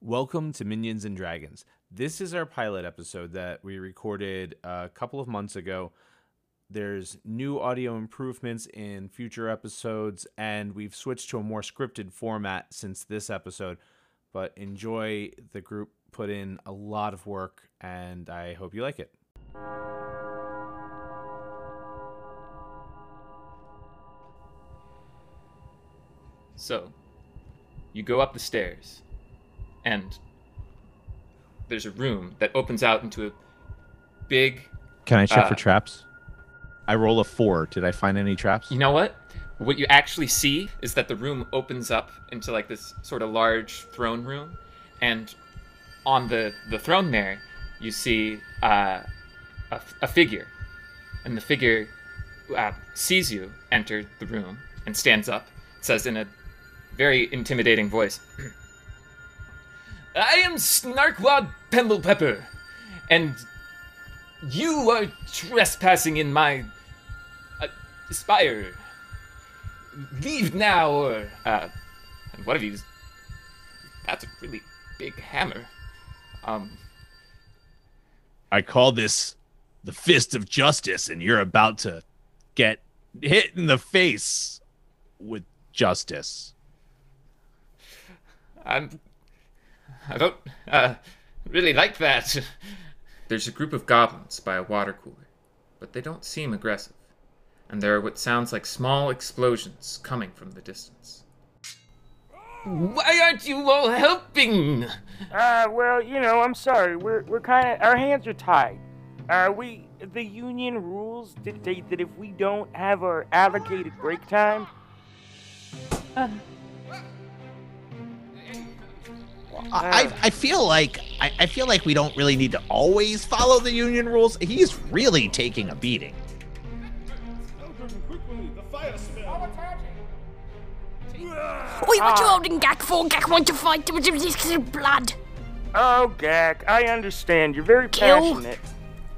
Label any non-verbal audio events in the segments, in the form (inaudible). Welcome to Minions and Dragons. This is our pilot episode that we recorded a couple of months ago. There's new audio improvements in future episodes, and we've switched to a more scripted format since this episode. But enjoy, the group put in a lot of work, and I hope you like it. So, you go up the stairs, and there's a room that opens out into a big. Can I check Uh, for traps? I roll a four. Did I find any traps? You know what? What you actually see is that the room opens up into like this sort of large throne room, and on the the throne there, you see uh, a, f- a figure, and the figure uh, sees you enter the room and stands up, says in a very intimidating voice, (clears throat) I am Snarkwad Pendlepepper, and you are trespassing in my uh, spire. Leave now, or uh, and one of you. That's a really big hammer. Um, I call this the fist of justice, and you're about to get hit in the face with justice. I'm. I don't uh, really like that. (laughs) There's a group of goblins by a water cooler, but they don't seem aggressive, and there are what sounds like small explosions coming from the distance. Why aren't you all helping? Uh, well, you know, I'm sorry. We're we're kind of our hands are tied. Uh, we the union rules dictate that if we don't have our allocated break time, I, I feel like I, I feel like we don't really need to always follow the union rules. He's really taking a beating. Wait, what you holding Gak for? Gak want to fight with this blood. oh Gak, I understand. You're very Kill. passionate.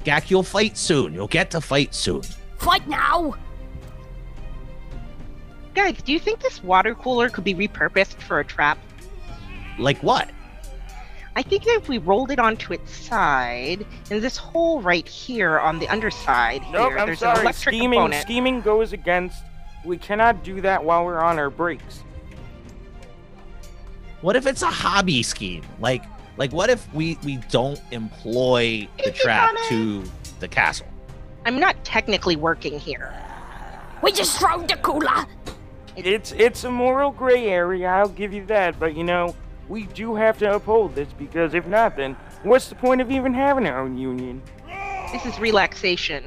Gak, you'll fight soon. You'll get to fight soon. Fight now! Guys, do you think this water cooler could be repurposed for a trap? Like what? I think that if we rolled it onto its side, and this hole right here on the underside here, Nope, I'm there's an sorry. electric Scheming component. scheming goes against. We cannot do that while we're on our breaks. What if it's a hobby scheme? Like like what if we we don't employ the Easy trap to coming. the castle? I'm not technically working here. We just throw the cooler! It's it's a moral gray area. I'll give you that. But you know, we do have to uphold this because if not, then what's the point of even having our own union? This is relaxation.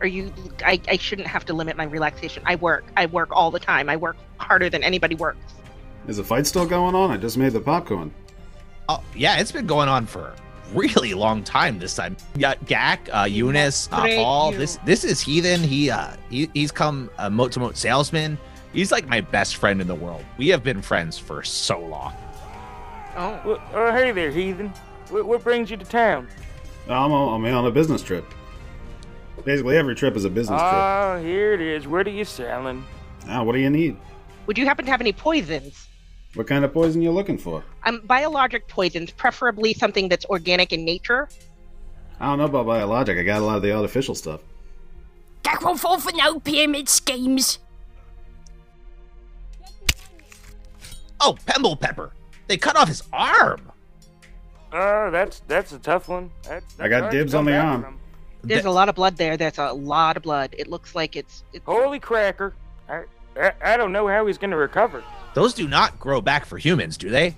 Or you, I, I shouldn't have to limit my relaxation. I work. I work all the time. I work harder than anybody works. Is the fight still going on? I just made the popcorn. Oh yeah, it's been going on for a really long time this time. Yeah, Gak, uh, Eunice, uh, Great Paul. you. This this is Heathen. He uh he, he's come a moat to moat salesman. He's like my best friend in the world. We have been friends for so long. Oh, Well, oh, hey there, heathen. What, what brings you to town? I'm on, I'm on a business trip. Basically, every trip is a business Uh. Oh, here it is. What are you selling? trip. Ah, what do you need? would you happen to have any poisons? What kind of poison you looking for? Um, biologic poisons, preferably something that's organic in nature. I don't know about biologic. I got a lot of the artificial stuff. Gak won't fall for no pyramid schemes. Oh, Pemble Pepper. They cut off his arm. Oh, that's that's a tough one. That's, I got that's hard to dibs come on the back arm. from. There's a lot of blood there. There's a lot of blood. It looks like it's. it's Holy cracker! I, I I don't know how he's gonna recover. Those do not grow back for humans, do they?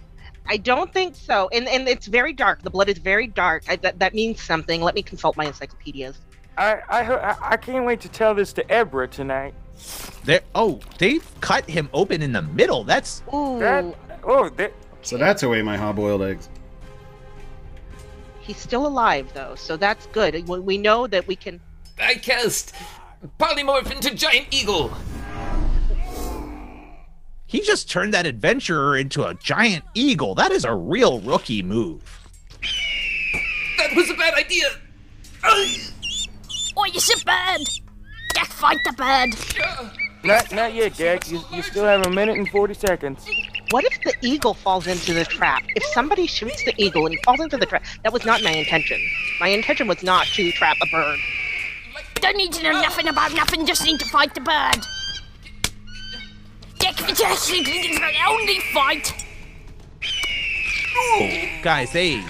I don't think so. And and it's very dark. The blood is very dark. I, that that means something. Let me consult my encyclopedias. I I ho- I, I can't wait to tell this to Ebra tonight. They oh, they've cut him open in the middle. That's Ooh, That oh that So that's who ate my hard-boiled eggs. he's still alive though, so that's good. We, we know that we can. I cast polymorph into giant eagle. he just turned that adventurer into a giant eagle. That is a real rookie move. That was a bad idea. Oi, it's a bird! Gak fight the bird! Not, not yet, Jack. You, you still have a minute and 40 seconds. What if the eagle falls into the trap? If somebody shoots the eagle and it falls into the trap, that was not my intention. My intention was not to trap a bird. Don't need to Ah. know nothing about nothing, just need to fight the bird. Jack, if it's actually it's my only fight. Guys, they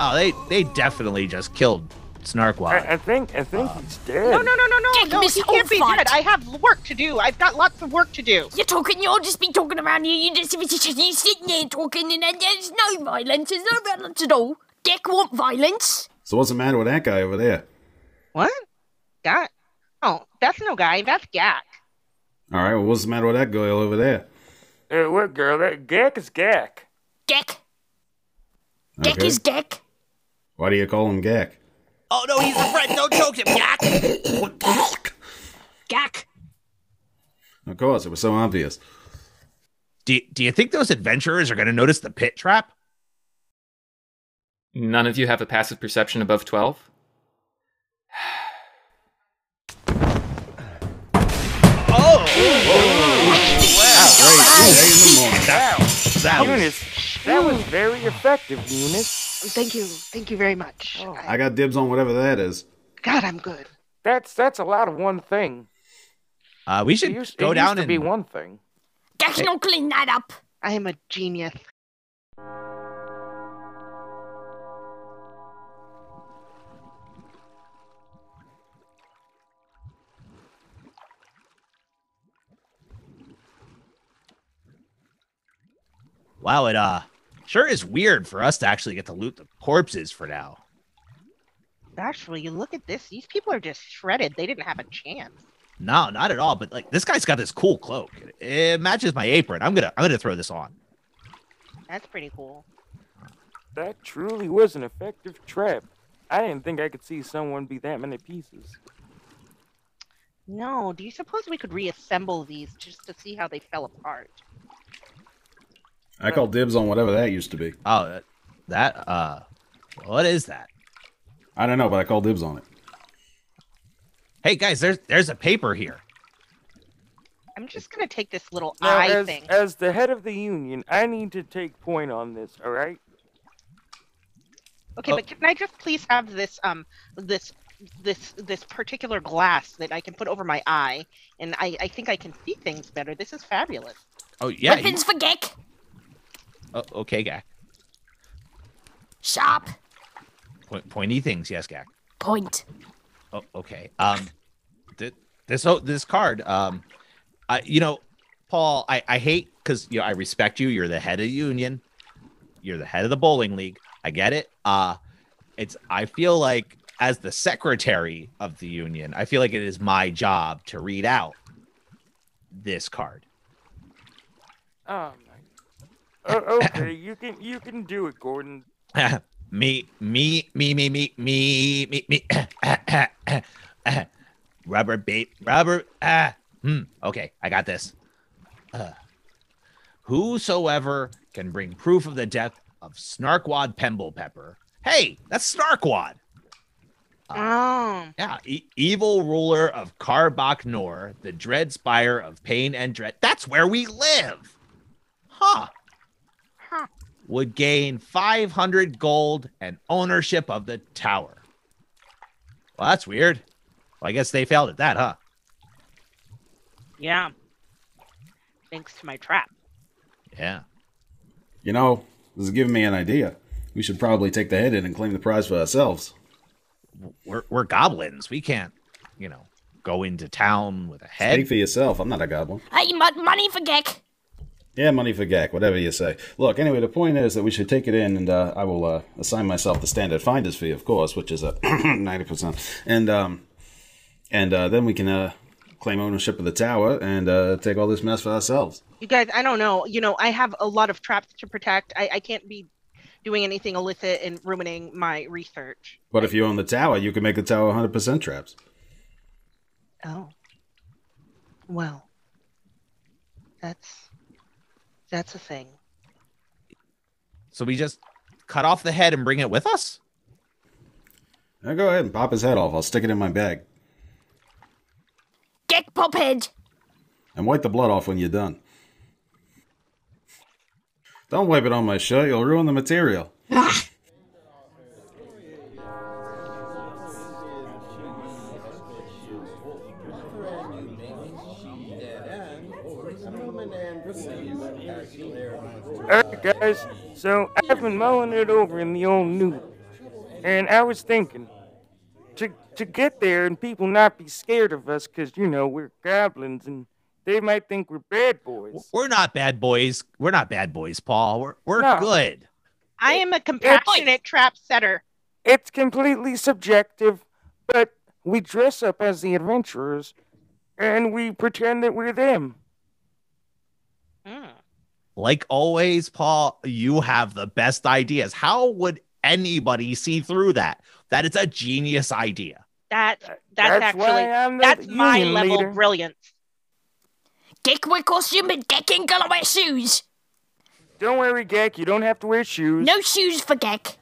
Oh, they they definitely just killed Snarkwad. I, I think I think Um, he's dead. No, no, no, no, no. Jack, no this he whole can't be fight. dead. I have work to do. I've got lots of work to do. You're talking, you'll just be talking around here. You just, you're sitting there talking, and then there's no violence. There's no violence at all. Jack want violence. So what's the matter with that guy over there? What? Gat? Oh, that's no guy. That's Gak. All right, well, what's the matter with that girl over there? Uh, what girl? That Gak is Gak. Jack. Jack Okay. is Jack. Why do you call him Gak? Oh no, he's a friend. Don't choke him, Gak. Jack. Of course, it was so obvious. Do, do you think those adventurers are going to notice the pit trap? None of you have a passive perception above 12? Oh. Hey, in the morning. Wow. That was- Eunice, that was very effective, Eunice. Thank you. Thank you very much. Oh. I got dibs on whatever that is. God, I'm good. That's that's a lot of one thing. uh, we It should used, it go used down to and be one thing. Jack can all clean that up. I am a genius. wow, it uh sure is weird for us to actually get to loot the corpses for now. Actually, you look at this. These people are just shredded. They didn't have a chance. No, not at all. But like this guy's got this cool cloak. It matches my apron. I'm gonna I'm gonna throw this on. That's pretty cool. That truly was an effective trap. I didn't think I could see someone be that many pieces. No, do you suppose we could reassemble these just to see how they fell apart? I call dibs on whatever that used to be. Oh, that- that uh, what is that? I don't know, but I call dibs on it. Hey guys, there's there's a paper here. I'm just gonna take this little Now, eye as, thing. as the head of the union, I need to take point on this. All right? Oh. Okay, but can I just please have this um this this this particular glass that I can put over my eye and I, I think I can see things better. This is fabulous. Oh yeah. you- Weapons for Jack. oh, okay, Gak. Sharp. Point, pointy things, yes, Gak. Point. Oh, okay. Um, th- this oh, this card. Um, I you know, Paul, I I hate because you know I respect you. You're the head of the union. You're the head of the bowling league. I get it. Uh, it's I feel like as the secretary of the union, I feel like it is my job to read out this card. Oh my. O- oh, okay, you can you can do it, Gordon. (laughs) me, me, me, me, me, me, me, me. (coughs) rubber bait, rubber. Ah, hmm. Okay, I got this. Uh, whosoever can bring proof of the death of Snarkwad Pemble Pepper. Hey, that's Snarkwad. Uh, Oh. Yeah, e- evil ruler of Karbach Nor, the dread spire of pain and dread. That's where we live. Huh. Huh. Would gain 500 gold and ownership of the tower. Well, that's weird. Well, I guess they failed at that, huh? Yeah. Thanks to my trap. Yeah. You know, this is giving me an idea. We should probably take the head in and claim the prize for ourselves. We're, we're goblins. We can't, you know, go into town with a head. Speak for yourself. I'm not a goblin. Hey, mon- money for Jack. Yeah, money for Gak, whatever you say. Look, anyway, the point is that we should take it in, and uh, I will uh, assign myself the standard finder's fee, of course, which is a (clears throat) ninety percent, and um, and uh, then we can uh, claim ownership of the tower and uh, take all this mess for ourselves. You guys, I don't know. You know, I have a lot of traps to protect. I, I can't be doing anything illicit and ruining my research. But if you own the tower, you can make the tower hundred percent traps. Oh. Well. That's that's a thing. so we just cut off the head and bring it with us? Now go ahead and pop his head off. I'll stick it in my bag. Jack Pophead. And wipe the blood off when you're done. Don't wipe it on my shirt. You'll ruin the material. Alright, guys, so I've been mulling it over in the old new. And I was thinking, to, to get there and people not be scared of us, because, you know, we're goblins and they might think we're bad boys. We're not bad boys. We're not bad boys, Paul. We're we're No. good. I am a compassionate trap setter. It's completely subjective, but we dress up as the adventurers and we pretend that we're them. Mm. Like always, Paul, you have the best ideas. How would anybody see through that? That is a genius idea. That that's, why actually I'm the that's my union level leader. of brilliance. Dick wear costume and Gek ain't gonna wear shoes. Don't worry, Gek, you don't have to wear shoes. No shoes for Gek.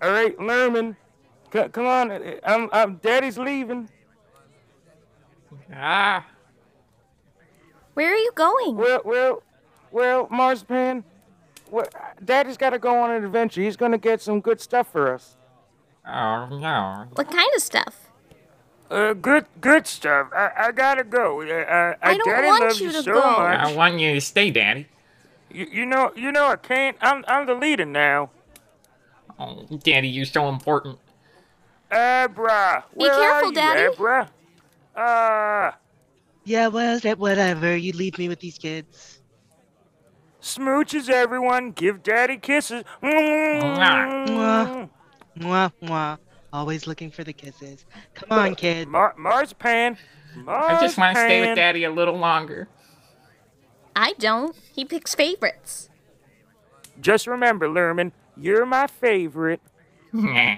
All right, Lerman, c- come on. uh, I'm, I'm, Daddy's leaving. Ah. Where are you going? Well, well, well, Marspan, well, Daddy's got to go on an adventure. He's going to get some good stuff for us. Oh no. What kind of stuff? Uh, good, good stuff. I, I gotta go. Uh, uh, I don't Daddy want loves you to so go. much. I want you to stay, Daddy. You, you know, you know, I can't. I'm, I'm the leader now. Oh, Daddy, you're so important. Abra, Eh, where careful, are you, Daddy. Abra? Uh, Yeah, well, that- whatever. You leave me with these kids. smooches, everyone. Give Daddy kisses. Mwah. Mwah mwah. Always looking for the kisses. Come on, kid. Mar- Marspan. I just want to stay with Marspan. Daddy a little longer. I don't. He picks favorites. Just remember, Lerman, you're my favorite. Nah.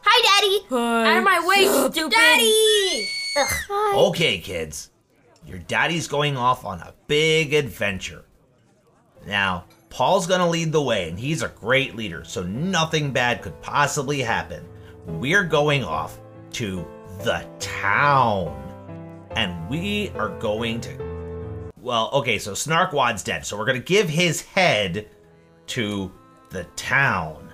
Hi, Daddy. Out of my way, stupid. Daddy. Okay, kids. Your daddy's going off on a big adventure. Now, Paul's gonna lead the way, and he's a great leader, so nothing bad could possibly happen. We're going off to the town. And we are going to. Well, okay, so Snarkwad's dead, so we're gonna give his head to the town.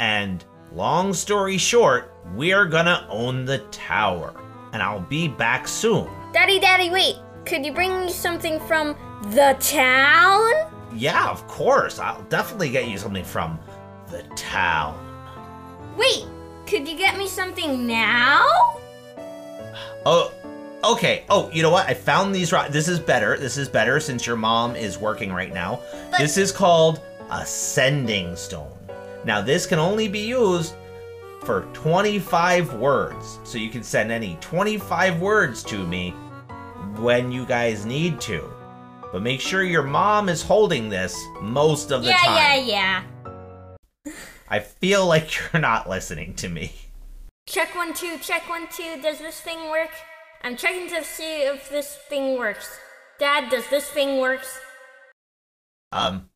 And long story short, we're gonna own the tower. And I'll be back soon. Daddy, Daddy, wait. Could you bring me something from the town? Yeah, of course. I'll definitely get you something from the town. Wait, could you get me something now? Oh, okay. Oh, you know what? I found these. Ro- this is better. This is better since your mom is working right now. But- This is called a sending stone. Now, this can only be used for 25 words. So you can send any 25 words to me when you guys need to. But make sure your mom is holding this most of the yeah, time. yeah, yeah. I feel like (laughs) you're not listening to me. Check one, two, check one, two. Does this thing work? I'm checking to see if this thing works. Dad, does this thing works? Um,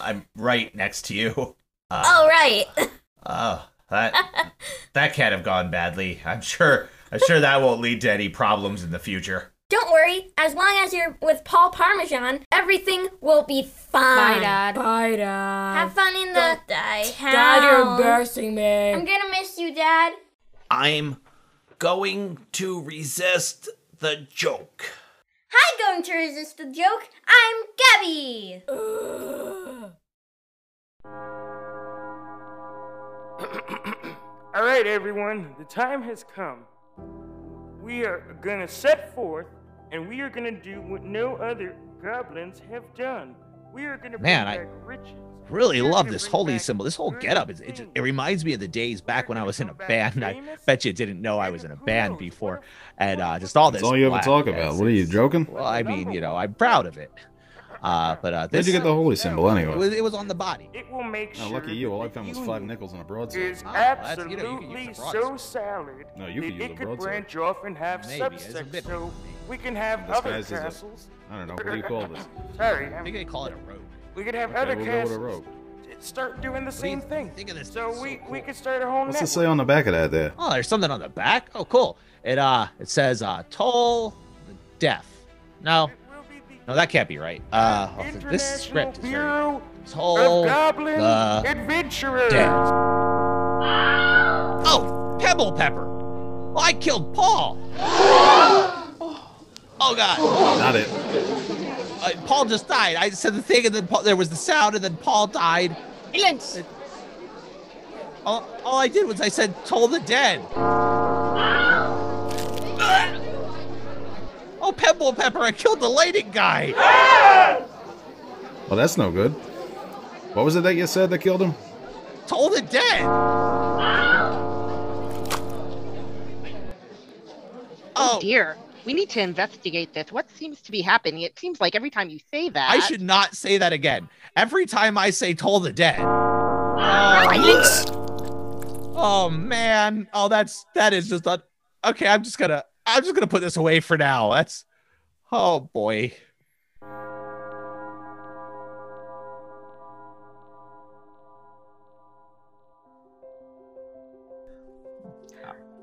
I'm right next to you. Uh, All right. (laughs) Oh, that (laughs) that can't have gone badly. I'm sure. I'm sure that won't lead to any problems in the future. Don't worry. As long as you're with Paul Parmesan, everything will be fine. Bye, Dad. Have fun in the town. embarrassing me. I'm gonna miss you, Dad. I'm going to resist the joke. Hi, going to resist the joke. I'm Gabby. All right, everyone, the time has come. We are gonna set forth, and we are gonna do what no other goblins have done. We are gonna Man, I bring back riches. Really We are love gonna this bring holy back symbol. This whole good getup is it, just, it things. reminds me of the days back when I was in a band. I bet you didn't know I was in a band before, and uh, just all this. That's all you ever black- talk about. What are you joking? Well, I mean, you know, I'm proud of it. Uh, but uh, Where'd this you get the holy symbol it anyway? was, it was on the body. It will make Oh, sure. lucky you. that All I the found was union five nickels and a broadside. Ah, Is Oh, that's- you absolutely know, you can use the so broadside. solid No, you that can use it the could broadside. branch off and have Maybe, it's a subsects, bit- so we can have other Disguised as a- castles. I don't know. What do you call this? (laughs) Sorry, I I'm think they call it a robe. We could have Okay, other we'll go with a castles rogue. start doing the same you thing. think of this? So This is we, so we cool. could start a whole What's it network. say on the back of that there? Oh, there's something on the back. Oh, cool. It uh, it says uh, toll the deaf. No, It will be the no, that can't be right. Uh, oh, International this script is very Bureau toll of Goblin the Adventurers. deaf. Oh, Pebble Pepper. Well, I killed Paul. Oh God, Not it. uh, Paul just died. I said the thing, and then Paul, there was the sound, and then Paul died. Lance, All, all I did was I said, "Toll the dead." Oh, Pebble Pepper, I killed the lighting guy. Well, that's no good. What was it that you said that killed him? Toll the dead. Oh Oh, dear. We need to investigate this. What seems to be happening? It seems like every time you say that, I should not say that again. Every time I say "Toll the dead," Lance. oh man, oh that's that is just not okay. I'm just gonna I'm just gonna put this away for now. That's oh boy.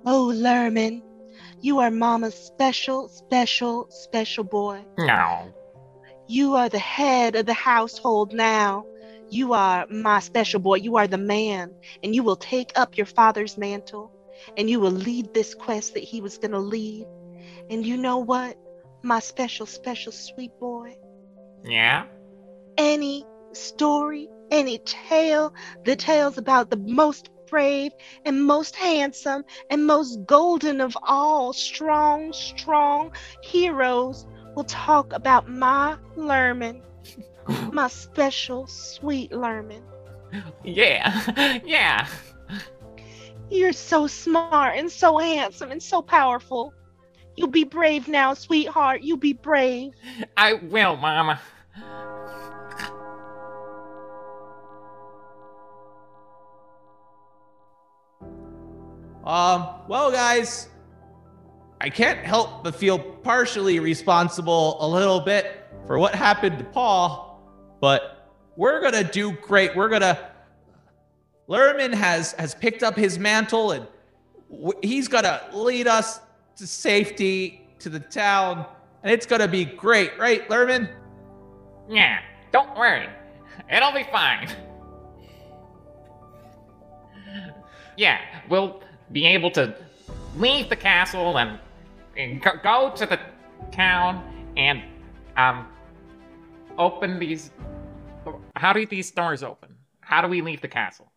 Oh, Lerman, you are Mama's special, special, special boy. No. You are the head of the household now. You are my special boy. You are the man, and you will take up your father's mantle, and you will lead this quest that he was going to lead. And you know what, my special, special sweet boy? Yeah. Any story, any tale, the tales about the most brave and most handsome and most golden of all strong, strong heroes will talk about my Lerman, my special, sweet Lerman. Yeah. (laughs) yeah. You're so smart and so handsome and so powerful. You be brave now, sweetheart. You be brave. I will, Mama. Um, well, guys, I can't help but feel partially responsible a little bit for what happened to Paul, but we're gonna do great. We're gonna. Lerman has has picked up his mantle and w- he's gonna lead us to safety to the town, and it's gonna be great, right, Lerman? Yeah. Don't worry. It'll be fine. Yeah, we'll be able to leave the castle and, and go, go to the town and um open these. How do these doors open? How do we leave the castle?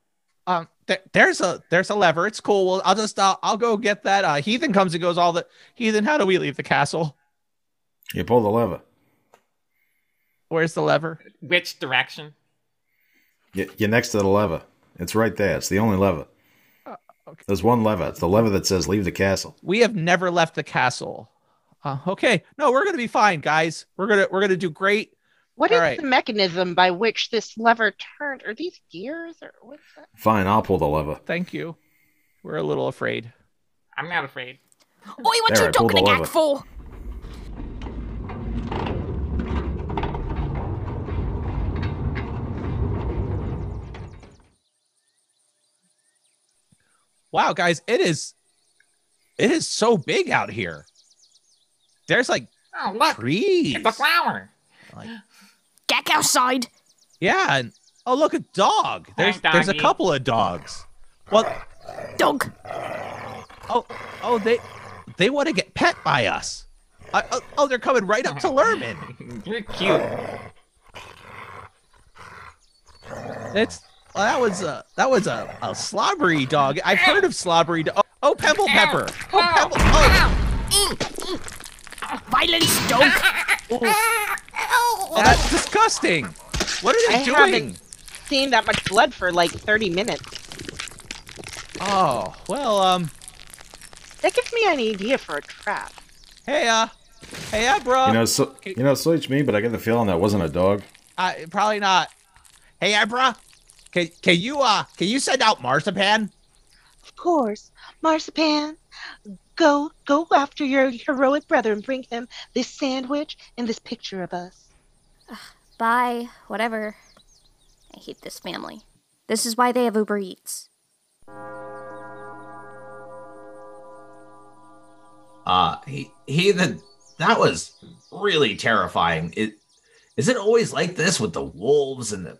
Um, there, there's a there's a lever. It's cool. Well, I'll just uh, I'll go get that. Uh, Heathen comes and goes. All the Heathen. How do we leave the castle? You pull the lever. Where's the lever? Which direction? You- You're next to the lever. It's right there. It's the only lever. There's one lever. It's the lever that says leave the castle. We have never left the castle. Uh, okay, no, we're gonna be fine, guys. We're gonna we're gonna do great. What is All right. the mechanism by which this lever turned? Are these gears or what's that? Fine, I'll pull the lever. Thank you. We're a little afraid. I'm not afraid. Oi, what There, I you pulled talking all a over. gag for? Wow, guys, it is it is so big out here. There's like Oh look, trees. it's a flower. (gasps) Gag outside. Yeah, and oh look, a dog. There's there's a doggy. couple of dogs. Well, Dog. Oh, oh, they they want to get pet by us. I, oh, oh, they're coming right up to Lerman. You're cute. That's well, that was a that was a, a slobbery dog. I've heard of slobbery dog. Oh, Pebble Pepper. Oh, Pebble. Oh, Violence, dog. oh, that's disgusting. What are they Oh, I doing? haven't seen that much blood for like 30 minutes. Oh, well, um, That gives me an idea for a trap. hey, uh, hey, uh, bro. You know, so, you know, switch me, but I get the feeling that wasn't a dog. Uh, probably not. Hey, Abra, can can you uh can you send out marzipan? Of course, Marzipan, go go after your heroic brother and bring him this sandwich and this picture of us. Bye. Whatever. I hate this family. This is why they have Uber Eats. Uh, he, heathen, that was really terrifying. It, is it always like this with the wolves and the,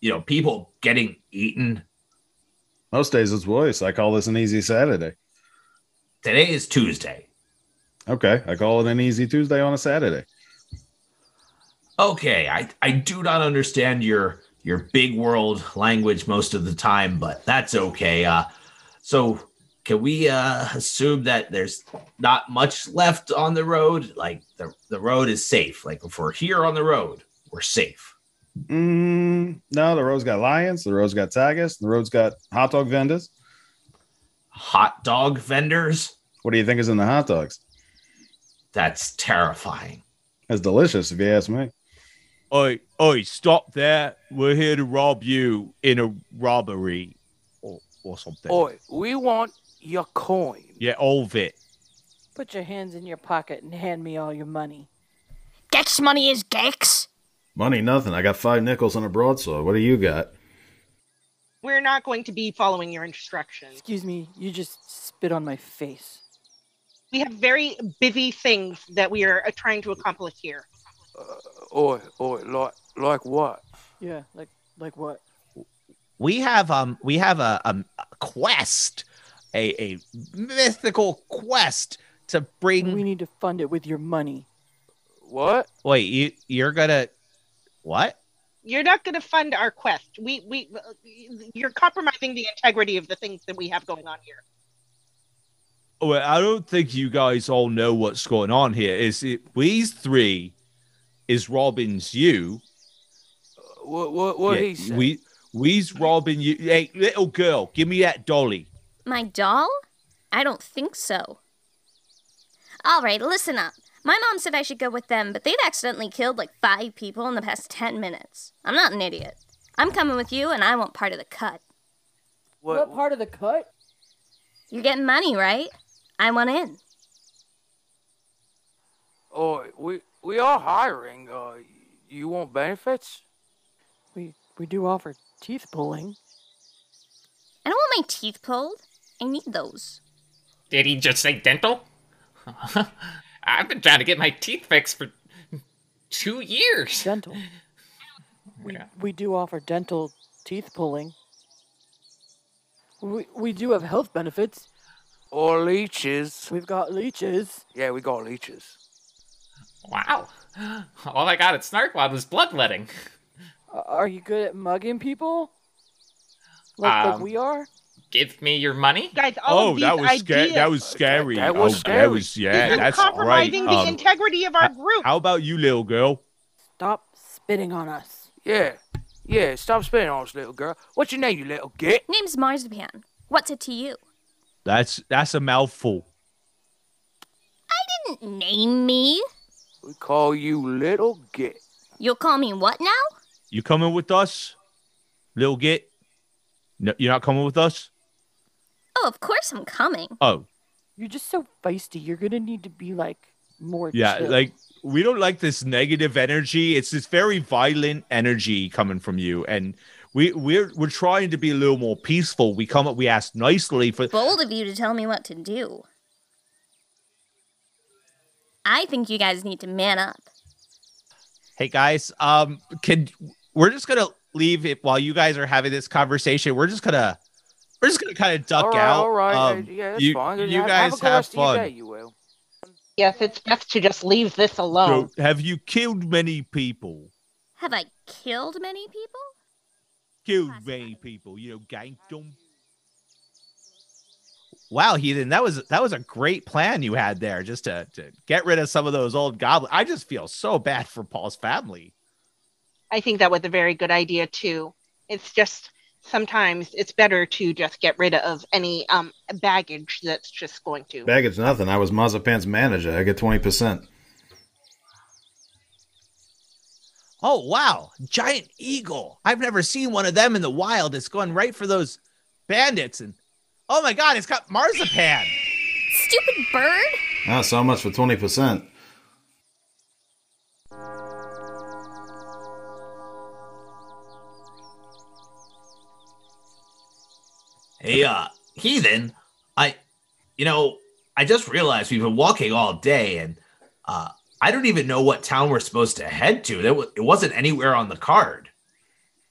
you know, people getting eaten? Most days it's worse. I call this an easy Saturday. Today is Tuesday. Okay, I call it an easy Tuesday on a Saturday. Okay, I, I do not understand your your big world language most of the time, but that's okay. Uh, so can we uh, assume that there's not much left on the road? Like the, the road is safe. Like if we're here on the road, we're safe. Mm, no, the road's got lions, the road's got tigers, the road's got hot dog vendors. Hot dog vendors? What do you think is in the hot dogs? That's terrifying. It's delicious, if you ask me. Oi, oi, stop that. We're here to rob you in a robbery or, or something. Oi, we want your coin. Yeah, all of it. Put your hands in your pocket and hand me all your money. Gex money is Gex. Money, nothing. I got five nickels on a broadsword. What do you got? We're not going to be following your instructions. Excuse me, you just spit on my face. We have very busy things that we are uh, trying to accomplish here. Oi, oi, like, like what? Yeah, like like what? we have um we have a, um, a quest a, a mythical quest to bring We need to fund it with your money. What? wait you you're gonna what You're not going to fund our quest. We, we, you're compromising the integrity of the things that we have going on here. well i don't think you guys all know what's going on here is it these three is robin's you What? What? What Yeah, he said? we we's robbing you hey little girl give me that dolly My doll? I don't think so. All right, listen up. My mom said I should go with them, but they've accidentally killed like five people in the past 10 minutes. I'm not an idiot. I'm coming with you, and I want part of the cut. What, part of the cut? You're getting money, right? I want in. Oi, we we are hiring. Uh, you want benefits? We we do offer teeth pulling. I don't want my teeth pulled. I need those. Did he just say dental? (laughs) I've been trying to get my teeth fixed for two years. Dental. (laughs) We, Yeah. we do offer dental teeth pulling. We, we do have health benefits. Or leeches? We've got leeches. Yeah, we got leeches. Wow. All I got at Snarkwild was bloodletting. A- Are you good at mugging people? Like, like Um, we are? Give me your money. Guys, all oh of these that was scary ideas. that was scary that was oh, scary. that was This yeah is that's right compromising the Um, integrity of our group. how about you little girl Stop spitting on us. Yeah, yeah. Stop spitting on us, little girl. What's your name, you little git? Name's Marzipan. What's it to you? that's that's a mouthful Didn't name me. We call you little git. You'll call me what now? You coming with us, Lil Git? No, you're not coming with us. Oh, of course I'm coming. Oh, You're just so feisty. You're gonna need to be like more. yeah. chill. Like we don't like this negative energy. It's this very violent energy coming from you, and we we're we're trying to be a little more peaceful. We come up, we ask nicely for. Bold of you to tell me what to do. I think you guys need to man up. Hey guys, um, can we're just gonna leave it while you guys are having this conversation. We're just gonna we're just gonna kind of duck all right, out. all right. Um, yeah, that's you, fine. You have, have, guys a good rest of your fun. day, you will. yes, it's best to just leave this alone. So, have you killed many people? Have I killed many people? killed many people. You know, ganked them. Wow, Heathen, that was that was a great plan you had there, just to, to get rid of some of those old goblins. I just feel so bad for Paul's family. I think that was a very good idea too. It's just sometimes it's better to just get rid of any um, baggage that's just going to. Baggage, nothing. I was Mazapan's manager. I get 20%. Oh wow, giant eagle! I've never seen one of them in the wild. It's going right for those bandits, and oh my god, it's got marzipan. Stupid bird? Ah, so much for 20%. Hey, uh, heathen, I, you know, I just realized we've been walking all day, and uh, I don't even know what town we're supposed to head to. There was, it wasn't anywhere on the card.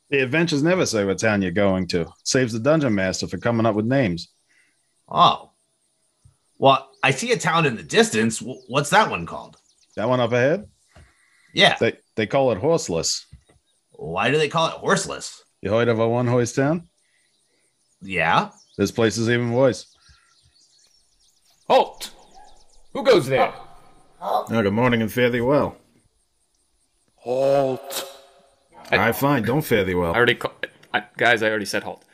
The adventures never say what town you're going to. Saves the dungeon master for coming up with names. Oh, well, I see a town in the distance. W- What's that one called? That one up ahead? Yeah. They they call it horseless. Why do they call it horseless? You heard of a one horse town? Yeah. This place is even worse. Halt! Who goes there? Oh, good morning and fare thee well. Halt. I fine, don't fare thee well. I already call- I, guys. I already said halt.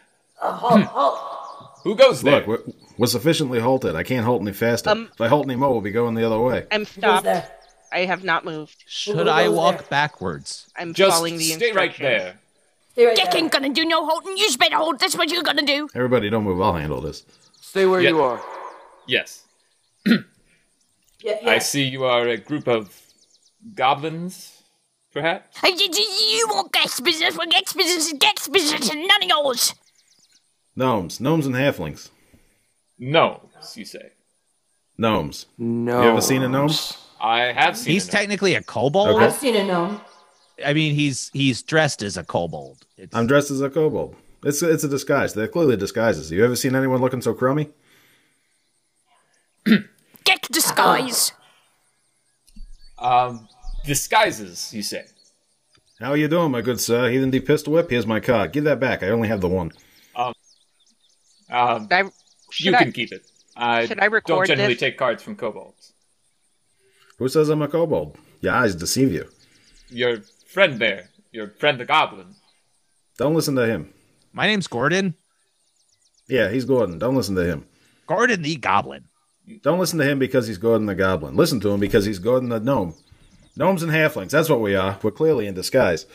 Oh, Who goes there? Look, we're, we're sufficiently halted. I can't halt any faster. Um, if I halt any more, we'll be going the other way. I'm stopped. I have not moved. Should I walk backwards? I'm Just following the stay right there. Stay right Dick ain't gonna do no holding. You better hold. That's what you're gonna do. Everybody, don't move. I'll handle this. Stay where Yeah. you are. Yes. Yeah, I see you are a group of goblins, perhaps. Hey, You, you- you want Gex business? Well, Gex business is Gex business and none of yours. Gnomes, gnomes and halflings. No, you say. Gnomes. No. You ever seen a gnome? I have seen. He's a- technically a kobold. Okay. seen a gnome. I mean, he's he's dressed as a kobold. It's, I'm dressed as a kobold. It's it's a disguise. They're clearly disguises. You ever seen anyone looking so crummy? Gex (laughs) disguise. um, disguises. You say. How are you doing, my good sir? Heathen D pistol whip. Here's my card. Give that back. I only have the one. Um, Should I, should you I, can keep it. I should I don't record generally this? take cards from kobolds. Who says I'm a kobold? Your eyes deceive you. Your friend there, your friend the goblin. Don't listen to him. My name's Gordon. Yeah, he's Gordon. Don't listen to him. Gordon the Goblin. Don't listen to him because he's Gordon the Goblin. Listen to him because he's Gordon the Gnome. Gnomes and halflings. That's what we are. We're clearly in disguise.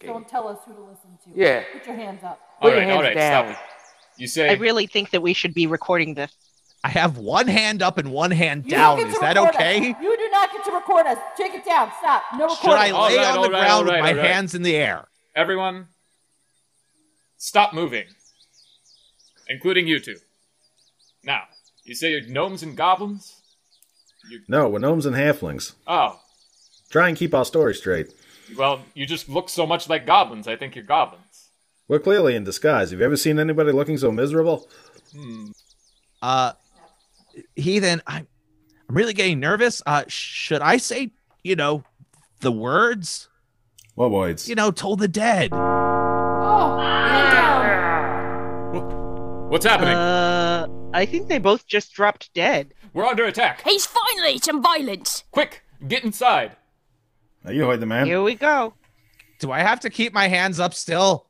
Don't tell us who to listen to. Yeah. Put your hands up. All Put your right, all right, hands down. stop it. You say. I really think that we should be recording this. I have one hand up and one hand You down. don't Is get to that record okay? Us. You do not get to record us. Take it down. Stop. No recording. Should I All lay right, on all the Oh, right, all ground right, with all my right. hands in the air? Everyone, stop moving, including you two. Now, you say you're gnomes and goblins? No, we're gnomes and halflings. Oh, Try and keep our story straight. well, you just look so much like goblins, I think you're goblins. We're clearly in disguise. Have you ever seen anybody looking so miserable? Hmm. Uh, Heathen, I'm I'm really getting nervous. Uh, should I say, you know, the words? What words? You know, told the dead. Oh, hand down. What's happening? Uh, I think they both just dropped dead. We're under attack. He's finally some violence. Quick, get inside. Are you heard the man? Here we go. Do I have to keep my hands up still?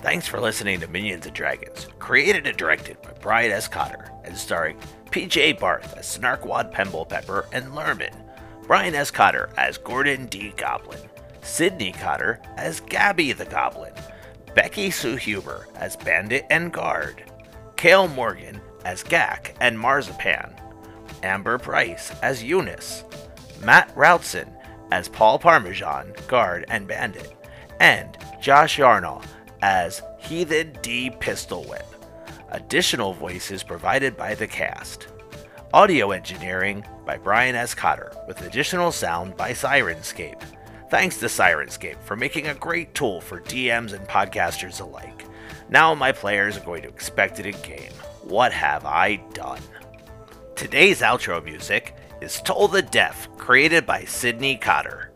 Thanks for listening to Minions and Dragons, created and directed by Brian S. Cotter, and starring PJ Barth as Snarkwad Pemble Pepper and Lerman, Brian S. Cotter as Gordon D. Goblin, Sydney Cotter as Gabby the Goblin, Becky Sue Huber as Bandit and Guard, Kale Morgan as Gak and Marzipan, Amber Price as Eunice, Matt Routson as Paul Parmesan, guard and bandit, and Josh Yarnall as Heathen D Pistol Whip. Additional voices provided by the cast. Audio engineering by Brian S. Cotter, with additional sound by Sirenscape. Thanks to Sirenscape for making a great tool for DMs and podcasters alike. Now my players are going to expect it in game. What have I done? Today's outro music is Toll the Deaf, created by Sidney Cotter.